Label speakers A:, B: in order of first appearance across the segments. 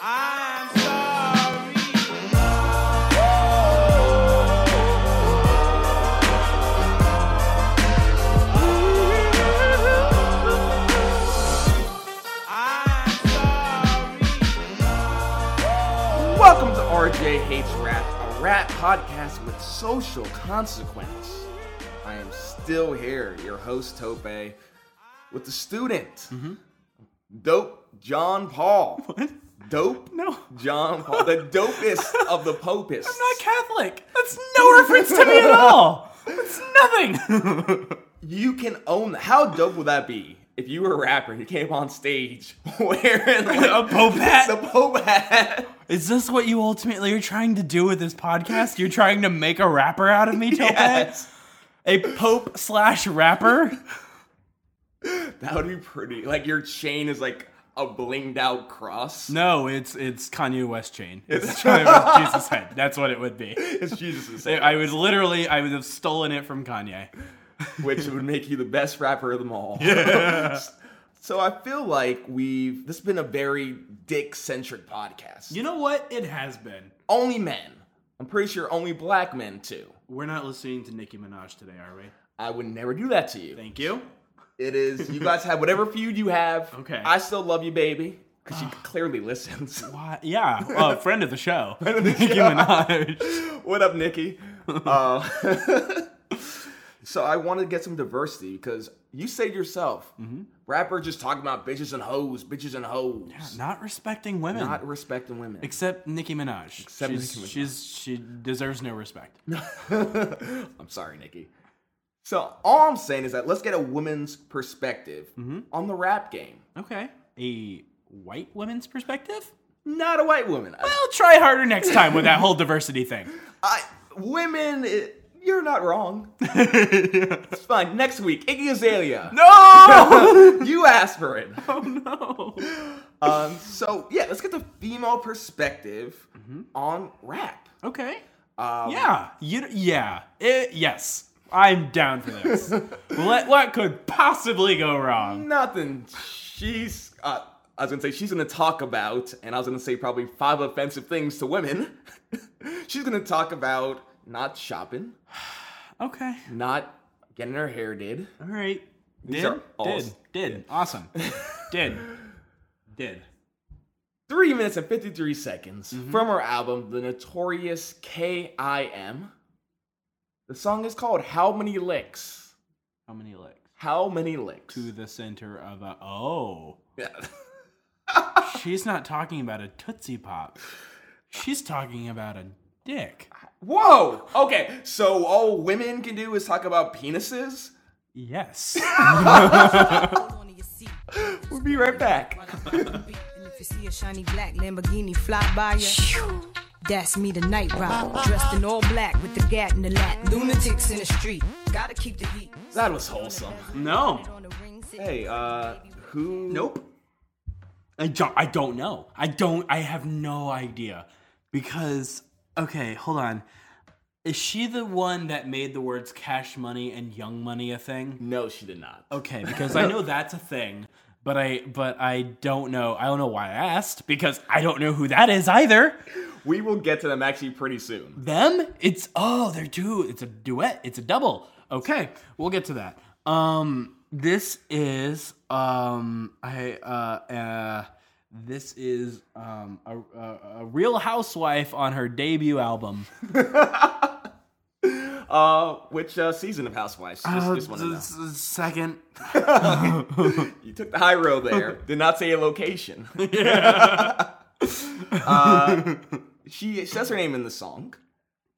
A: Ah.
B: I'm sorry. Welcome to RJ Hates Rap, a rap podcast with social consequence. I am still here, your host Tope, with the student,
A: Mm-hmm.
B: Dope John Paul. What? Dope?
A: No.
B: John Paul, the dopest of the popists.
A: not Catholic. That's no reference to me at all. It's nothing.
B: You can own. How dope would that be if you were a rapper and you came on stage wearing like,
A: A Pope hat?
B: The Pope hat.
A: Is this what you ultimately are trying to do with this podcast? You're trying to make a rapper out of me, Tope?
B: Yes.
A: A pope slash rapper?
B: That would be pretty. Like your chain is like a blinged out cross.
A: No, it's it's Kanye West chain. It's Kanye West Jesus head. That's what it would be.
B: It's Jesus' name,
A: I would literally, I would have stolen it from Kanye.
B: which would make you the best rapper of them all. so I feel like we've. This has been a very dick centric podcast.
A: You know what? It has been.
B: only men. I'm pretty sure only black men too.
A: We're not listening to Nicki Minaj today, are we?
B: I would never do that to you.
A: Thank you.
B: It is you guys have whatever feud you have.
A: Okay. Ah.
B: I still love you, baby, because she clearly listens.
A: Why? Yeah, uh, friend of the show. Nicki Minaj.
B: what up, Nikki? uh, so I wanted to get some diversity because you said yourself,
A: Mm-hmm.
B: rapper just talking about bitches and hoes, bitches and hoes,
A: Not respecting women.
B: not respecting women.
A: Except Nicki Minaj.
B: Except
A: she's,
B: Nicki Minaj.
A: she's she deserves no respect.
B: I'm sorry, Nikki. So all I'm saying is that let's get a woman's perspective on the rap game.
A: Okay. A white woman's perspective?
B: Not a white woman. I-
A: I'll try harder next time with that whole diversity thing.
B: I, women, it, you're not wrong. It's fine. Next week, Iggy Azalea.
A: No!
B: You asked for it.
A: oh no.
B: Um, so yeah, let's get the female perspective on rap.
A: Okay.
B: Um,
A: yeah. You yeah. Eh, yes. I'm down for this. what what could possibly go wrong?
B: Nothing. She's. Uh, I was gonna say she's gonna talk about, and I was gonna say probably five offensive things to women. she's gonna talk about not shopping,
A: Okay.
B: not getting her hair did.
A: All right.
B: These
A: Did
B: are all-
A: did did awesome. did did.
B: Three minutes and fifty-three seconds
A: Mm-hmm.
B: from her album, the notorious K.I.M. The song is called "How Many Licks."
A: How many licks?
B: How many licks?
A: To the center of a oh.
B: Yeah.
A: She's not talking about a Tootsie Pop. She's talking about a dick.
B: Whoa! Okay, so all women can do is talk about penises?
A: Yes.
B: We'll be right back.
C: And if you see a shiny black Lamborghini fly by you, that's me the night rider, dressed in all black with the gat in the lap. Lunatics in the street, gotta keep the heat.
B: That was wholesome.
A: No.
B: Hey, uh, who?
A: Nope. I don't I don't know. I don't I have no idea. Because okay, hold on. Is she the one that made the words cash money and young money a thing?
B: No, she did not.
A: Okay, because I know that's a thing, but I but I don't know. I don't know why I asked because I don't know who that is either.
B: We will get to them actually pretty soon.
A: Them? It's oh, they're two. It's a duet. It's a double. Okay, we'll get to that. Um, this is um, I uh, uh this is um a, a, a Real Housewife on her debut album.
B: Uh, which uh, season of Housewives? Just,
A: Uh,
B: just wanna know.
A: S- s- Second,
B: You took the high road there. Did not say a location. uh, she says her name in the song.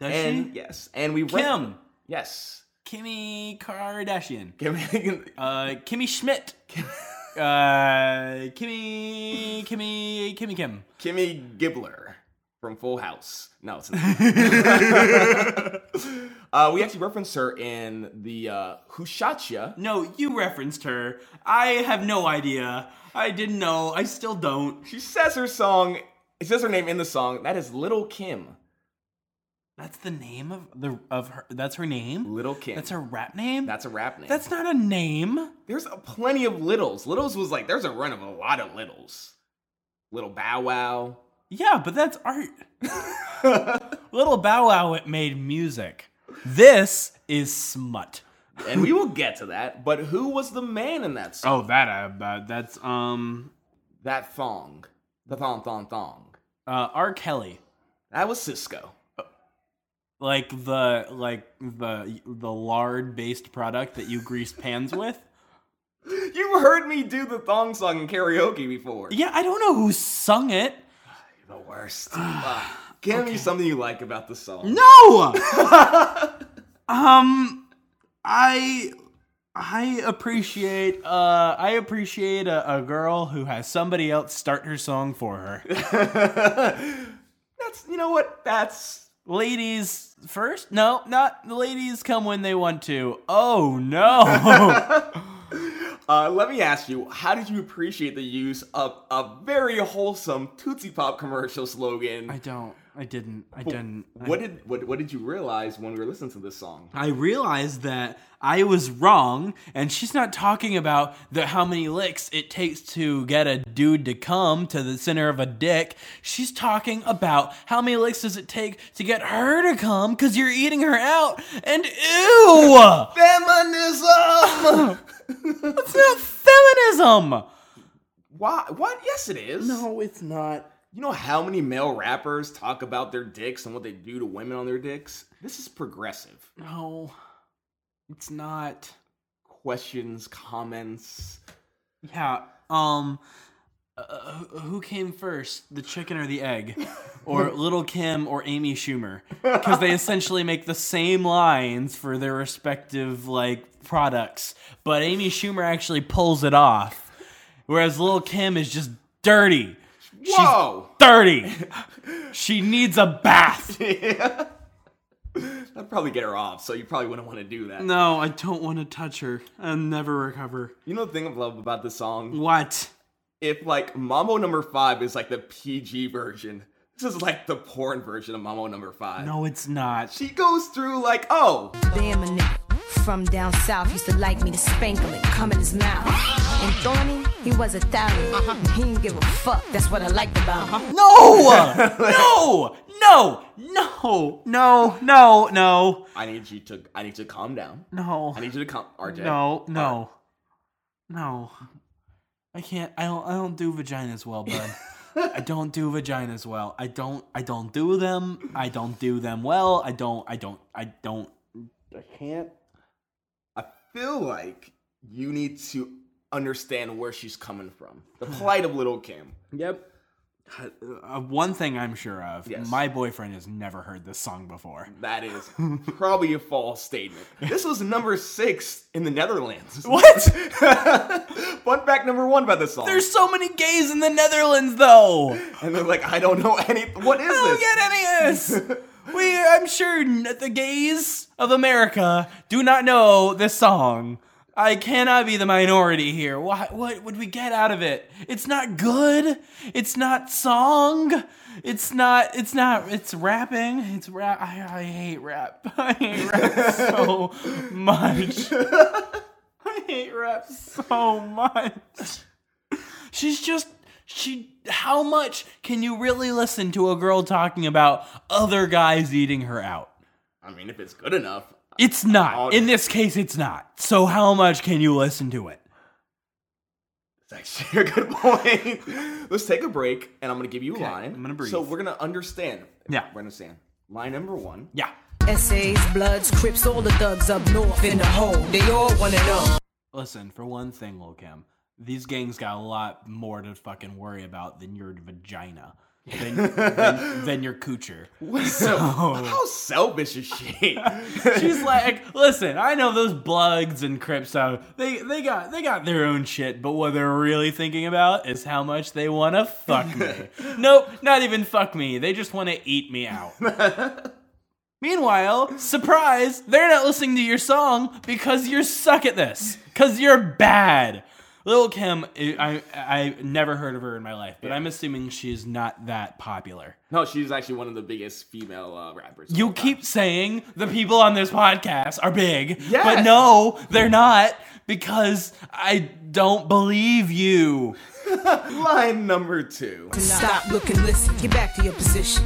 A: does
B: And
A: she?
B: yes, and we re-
A: Kim,
B: Yes.
A: Kimmy Kardashian,
B: Kim.
A: uh, Kimmy Schmidt, uh, Kimmy, Kimmy, Kimmy Kim.
B: Kimmy Gibbler from Full House. No, it's not. uh, we actually referenced her in the uh, Who Shot Ya?
A: No, you referenced her. I have no idea. I didn't know. I still don't.
B: She says her song. She says her name in the song. That is Little Kim.
A: That's the name of the of her. That's her name.
B: Little Kim.
A: That's her rap name.
B: That's a rap name.
A: That's not a name.
B: there's a plenty of littles. Littles was like there's a run of a lot of littles. Little Bow Wow.
A: Yeah, but that's art. Little Bow Wow it made music. This is smut.
B: And we will get to that. But who was the man in that song?
A: Oh, that uh, uh, that's um
B: That thong. The thong thong thong.
A: uh, R. Kelly.
B: That was Cisco.
A: Like the like the the lard based product that you grease pans with.
B: You heard me do the thong song in karaoke before.
A: Yeah, I don't know who sung it.
B: The worst. Fuck. Give me something you like about the song.
A: Ah, No. um, I I appreciate uh I appreciate a, a girl who has somebody else start her song for her.
B: That's you know what? That's
A: ladies first? No, not the ladies come when they want to. Oh no.
B: uh, let me ask you, how did you appreciate the use of a very wholesome Tootsie Pop commercial slogan?
A: I don't. I didn't. I didn't. I-
B: What did what, what did you realize when we were listening to this song?
A: I realized that I was wrong, and she's not talking about the how many licks it takes to get a dude to come to the center of a dick. She's talking about how many licks does it take to get her to come because you're eating her out. And ew,
B: Feminism.
A: that's not feminism.
B: Why? What? Yes, it is.
A: it's not.
B: You know how many male rappers talk about their dicks and what they do to women on their dicks? This is progressive.
A: No, it's not.
B: Questions, comments.
A: Yeah. Um. Uh, who- who came first, the chicken or the egg, or Little Kim or Amy Schumer? Because they essentially make the same lines for their respective like products, but Amy Schumer actually pulls it off, whereas Little Kim is just dirty.
B: Whoa!
A: Dirty. she needs a bath.
B: That'd probably get her off, so you probably wouldn't want to do that.
A: No, I don't want to touch her. I'll never recover.
B: You know the thing I love about this song?
A: What?
B: If like Mamo number five is like the PG version, this is like the porn version of Mamo number five.
A: No, it's not.
B: She goes through like, oh,
C: Damn a nigga from down south used to like me to spank him and come in his mouth. And Thorny, he was a 1000 He didn't give a fuck. That's what I liked about him.
A: No! no! No! No! No! No! No!
B: I need you to I need to calm down.
A: No!
B: I need you to calm RJ.
A: No! No! No! I can't. I don't. I don't do vaginas well, bud. I don't do vaginas well. I don't. I don't do them. I don't do them well. I don't. I don't. I don't. I can't.
B: I feel like you need to understand where she's coming from. The plight of little Kim.
A: Yep. Uh, one thing I'm sure of:
B: Yes.
A: my boyfriend has never heard this song before.
B: That is probably a false statement. This was number six in the Netherlands.
A: What?
B: Fun fact number one about this song.
A: There's so many gays in the Netherlands, though.
B: and they're like, I don't know any. What is
A: I don't
B: this?
A: get any of this. We, I'm sure n- the gays of America do not know this song. I cannot be the minority here. Why, what would we get out of it? It's not good. It's not song. It's not. It's not. It's rapping. It's rap. I, I hate rap. I hate rap so much. I hate rap so much. She's just she. How much can you really listen to a girl talking about other guys eating her out?
B: I mean, if it's good enough.
A: It's not.
B: Oh.
A: In this case, it's not. So how much can you listen to it?
B: It's actually a good point. Let's take a break, and I'm gonna give you a line.
A: I'm gonna breathe.
B: So we're gonna understand.
A: Yeah.
B: we're gonna understand. Line number one.
A: Yeah.
C: Essays, bloods, crips, all the thugs up north in the hole. They all wanna know.
A: Listen, for one thing, Lil Kim, these gangs got a lot more to fucking worry about than your vagina. than, than, than your coocher.
B: So, how selfish is she?
A: She's like, listen, I know those Bloods and Crypto, they they got they got their own shit, but what they're really thinking about is how much they want to fuck me. nope, not even fuck me. They just want to eat me out. Meanwhile, surprise, they're not listening to your song because you suck at this. Because you're bad. Lil Kim, I, I I never heard of her in my life, but I'm assuming she's not that popular.
B: no, she's actually one of the biggest female uh, rappers. of
A: You
B: all time.
A: keep saying the people on this podcast are big,
B: Yes.
A: but no, they're not because I don't believe you.
B: line number two.
C: Stop, look, and listen. Get back to your position.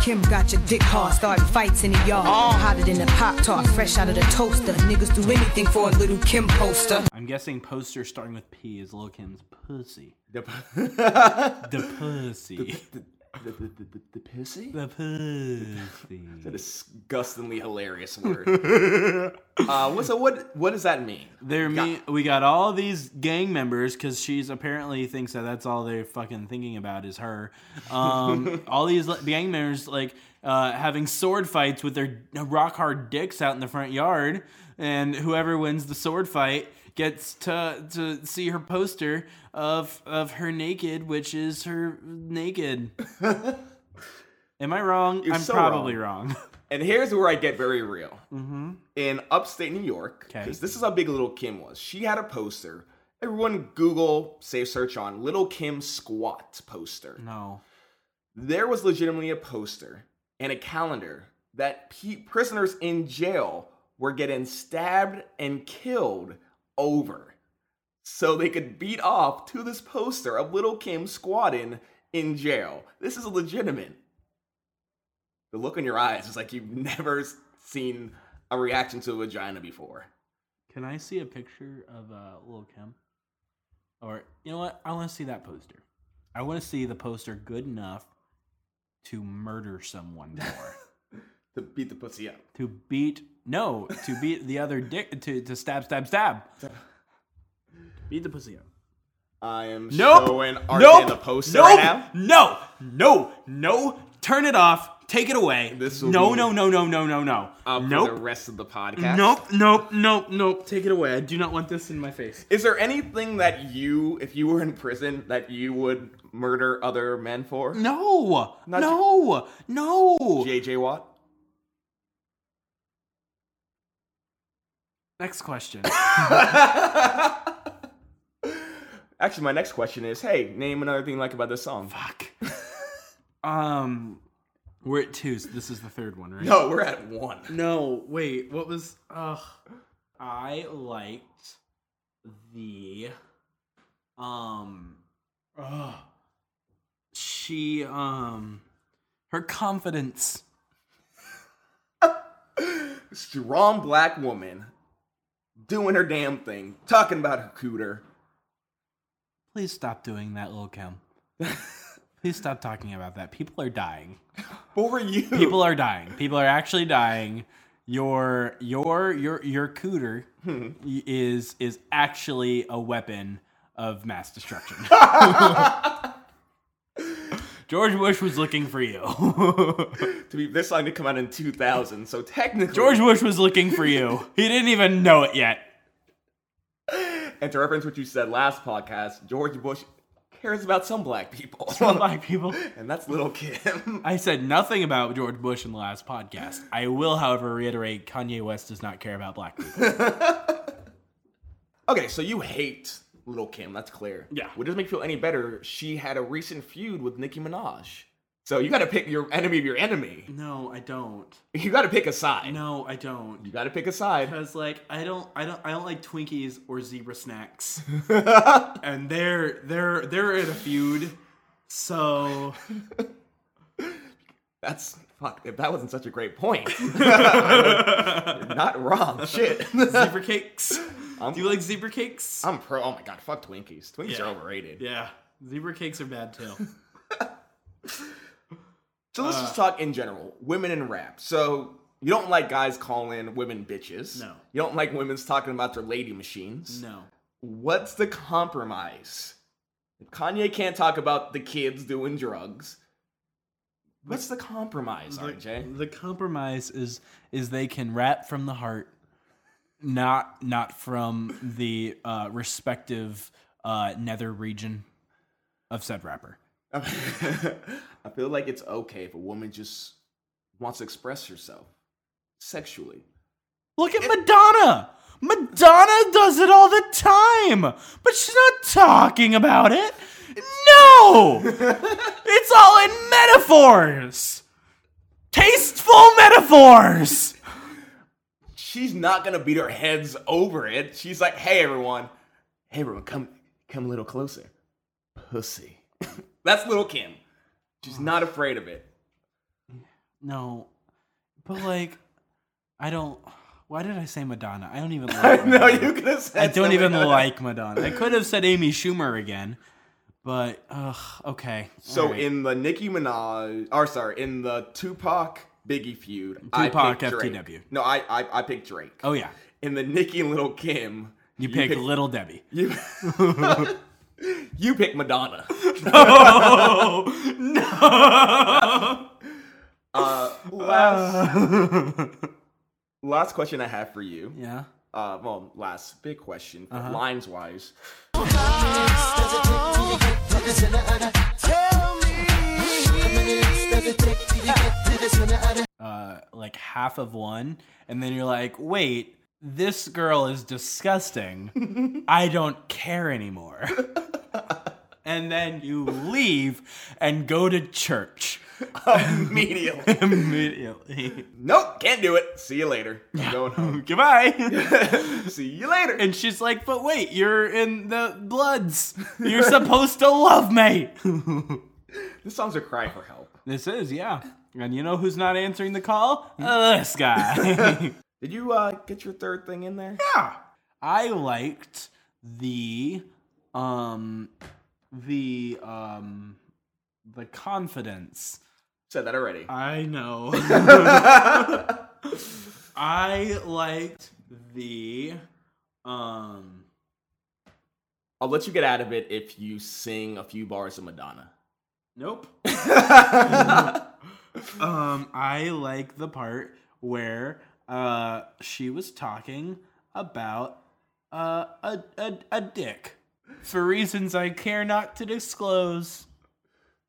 C: Kim got your dick hard, starting fights in the yard. All hotter than a Pop Tart, fresh out of the toaster. Niggas do anything for a little Kim poster.
A: I'm guessing poster starting with P is Lil Kim's pussy.
B: The,
A: The pussy.
B: the, the, the, the pissy?
A: The pussy.
B: Disgustingly hilarious word. uh, what, so what what does that mean?
A: They're me- we got all these gang members because she's apparently thinks that that's all they're fucking thinking about is her. Um, all these li- gang members like uh, having sword fights with their rock hard dicks out in the front yard, and whoever wins the sword fight gets to to see her poster of of her naked, which is her naked. Am I wrong? I'm
B: so
A: probably wrong.
B: And here's where I get very real. Mm-hmm. In upstate New York, because this is how big Little Kim was. She had a poster. Everyone Google, save search on Little Kim squat poster.
A: no.
B: There was legitimately a poster and a calendar that pe- prisoners in jail were getting stabbed and killed over. So they could beat off to this poster of Little Kim squatting in jail. This is legitimate the look in your eyes is like you've never s- seen a reaction to a vagina before.
A: Can I see a picture of uh, Lil Kim? Or you know what? I want to see that poster. I want to see the poster good enough to murder someone for,
B: To beat the pussy up.
A: to beat no, to beat the other dick, to to stab, stab, stab. Beat the pussy up.
B: I am
A: Nope.
B: showing Art
A: nope.
B: in the poster
A: nope.
B: right now.
A: No. No. No. Turn it off. Take it away.
B: This will
A: no,
B: be
A: no. No. No. No. No. No.
B: Uh, For the
A: nope.
B: rest of the podcast.
A: Nope. Nope. Nope. Nope. Take it away. I do not want this in my face.
B: Is there anything that you, if you were in prison, that you would murder other men for?
A: No,
B: Not
A: no, no.
B: JJ Watt?
A: Next question.
B: Actually, my next question is hey, name another thing you like about this song.
A: Fuck. Um, we're at two. So this is the third one, right?
B: No, we're at one.
A: No, wait. What was? Ugh. I liked the. Um. Ugh. She um. Her confidence.
B: Strong black woman doing her damn thing, talking about her cooter.
A: Please stop doing that, Lil Kim. Please stop talking about that. People are dying.
B: What were you?
A: people are dying. People are actually dying. Your your your your cooter y- is is actually a weapon of mass destruction. George Bush was looking for you.
B: to be this song did come out in 2000 so technically
A: George Bush was looking for you. He didn't even know it yet.
B: and to reference what you said last podcast george bush cares about some black people
A: Black people.
B: and that's little kim
A: I said nothing about George Bush in the last podcast. I will, however, reiterate Kanye West does not care about black people.
B: okay so you hate little kim that's clear
A: Yeah.
B: which doesn't make you feel any better she had a recent feud with nicki minaj so you gotta pick your enemy of your enemy
A: No, I don't.
B: you gotta pick a side
A: No, I don't.
B: you gotta pick a side
A: Because like I don't I don't I don't like Twinkies or zebra snacks. and they're they're they're in a feud. So
B: that's fuck if that wasn't such a great point you're not wrong shit
A: zebra cakes. Do you like zebra cakes?
B: i'm pro oh my god fuck twinkies twinkies
A: Yeah.
B: are overrated
A: yeah. Zebra cakes are bad too. Uh,
B: So let's just talk in general, women in rap. So you don't like guys calling women bitches.
A: No.
B: You don't like women's talking about their lady machines.
A: No.
B: What's the compromise? If Kanye can't talk about the kids doing drugs, What's the compromise, RJ?
A: The compromise is is they can rap from the heart, not not from the uh, respective uh, nether region of said rapper.
B: I feel like it's okay if a woman just wants to express herself sexually.
A: Look at Madonna. Madonna does it all the time, but she's not talking about it. No, it's all in metaphors, tasteful metaphors.
B: She's not gonna beat her heads over it. She's like, "Hey everyone, hey everyone, come come a little closer, pussy." That's little Kim. She's not afraid of it.
A: No, but like, I don't. Why did I say Madonna? I don't even like.
B: No,
A: Madonna.
B: you could have said.
A: I don't even
B: something else.
A: like Madonna. I could have said Amy Schumer again, but ugh, okay.
B: So
A: All right.
B: in the Nicki Minaj, or sorry, in the Tupac Biggie feud, I
A: Tupac,
B: picked Drake.
A: FTW.
B: No, I I, I picked Drake.
A: oh yeah,
B: In the Nicki and Little Kim,
A: you, pick Little Debbie.
B: you. you pick Madonna.
A: Oh no!
B: Uh, last last question I have for you.
A: yeah. Uh-huh.
B: Uh, well, last big question, lines wise.
A: Uh, like half of one, and then you're like, wait, this girl is disgusting. I don't care anymore. and then you leave and go to church
B: Immediately.
A: immediately.
B: nope, can't do it. See you later. I'm going home.
A: Goodbye.
B: See you later.
A: And she's like, but wait, you're in the Bloods. You're supposed to love me.
B: this song's a cry for help.
A: This is, yeah. And you know who's not answering the call? Uh, this guy.
B: Did you uh, get your third thing in there?
A: I liked the, um, the, um, the confidence.
B: Said that already.
A: I know. I liked the, um,
B: I'll let you get out of it if you sing a few bars of Madonna.
A: Nope. um, I like the part where uh she was talking about uh a a, a dick for reasons I care not to disclose.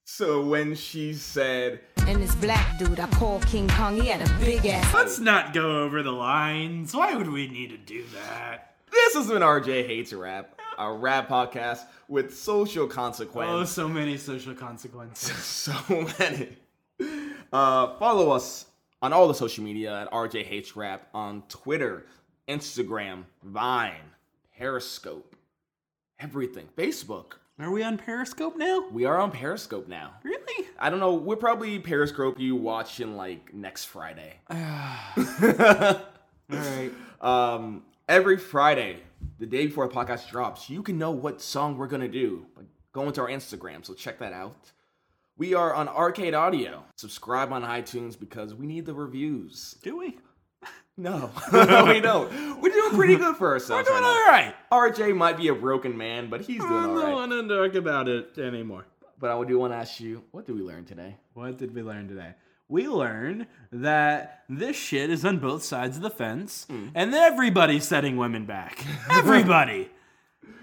B: So when she said,
C: And this black dude I call King Kong, he had a big ass.
A: Let's not go over the lines. Why would we need to do that?
B: "This is when RJ hates rap," a rap podcast with social
A: Oh,
B: consequence.
A: so many social consequences.
B: So many. Uh, follow us on all the social media at RJ hates rap on Twitter, Instagram, Vine, Periscope, everything, Facebook.
A: Are we on Periscope now?
B: We are on Periscope now.
A: Really?
B: I don't know. We'll probably Periscope you watching like next Friday.
A: All right.
B: Um, every Friday, the day before the podcast drops, you can know what song we're gonna do. by going to our Instagram, so check that out. We are on Arcade Audio. Subscribe on iTunes because we need the reviews.
A: Do we?
B: No, no, we don't. We're doing pretty good for
A: We're
B: ourselves.
A: doing all
B: right
A: right.
B: now. RJ might be a broken man, but he's doing all right.
A: to talk about it anymore.
B: But I do want to ask you, what did we learn today?
A: What did we learn today? We learned that this shit is on both sides of the fence, and that everybody's setting women back. Everybody.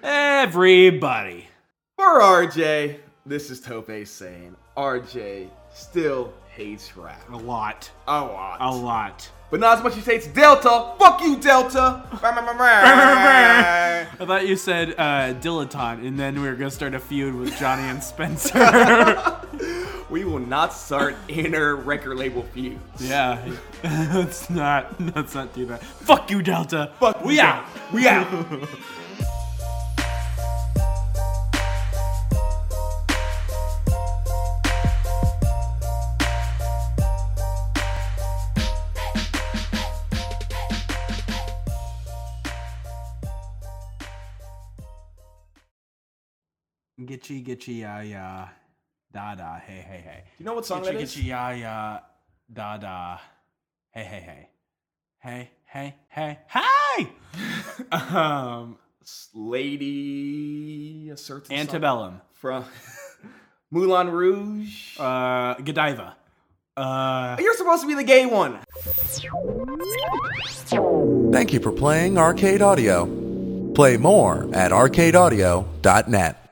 A: everybody.
B: For RJ, this is Tope saying RJ still hates rap
A: A lot.
B: a lot.
A: A lot.
B: But not as much as he hates Delta. Fuck you, Delta.
A: I thought you said uh, dilettante, and then we were gonna start a feud with Johnny and Spencer.
B: we will not start inner record label feuds.
A: yeah, let's not let's not do that. Fuck you, Delta.
B: Fuck
A: we
B: you,
A: out. We out. Gitchy gitchy ya ya da da hey hey hey.
B: You know what song that
A: gitchy
B: is?
A: gitchy ya ya da da hey hey hey hey hey hey hey. um,
B: Lady, a certain song
A: antebellum. Oh.
B: from Moulin Rouge.
A: Uh, Godiva. Uh,
B: You're supposed to be the gay one.
D: Thank you for playing Arcade Audio. Play more at arcadeaudio.net.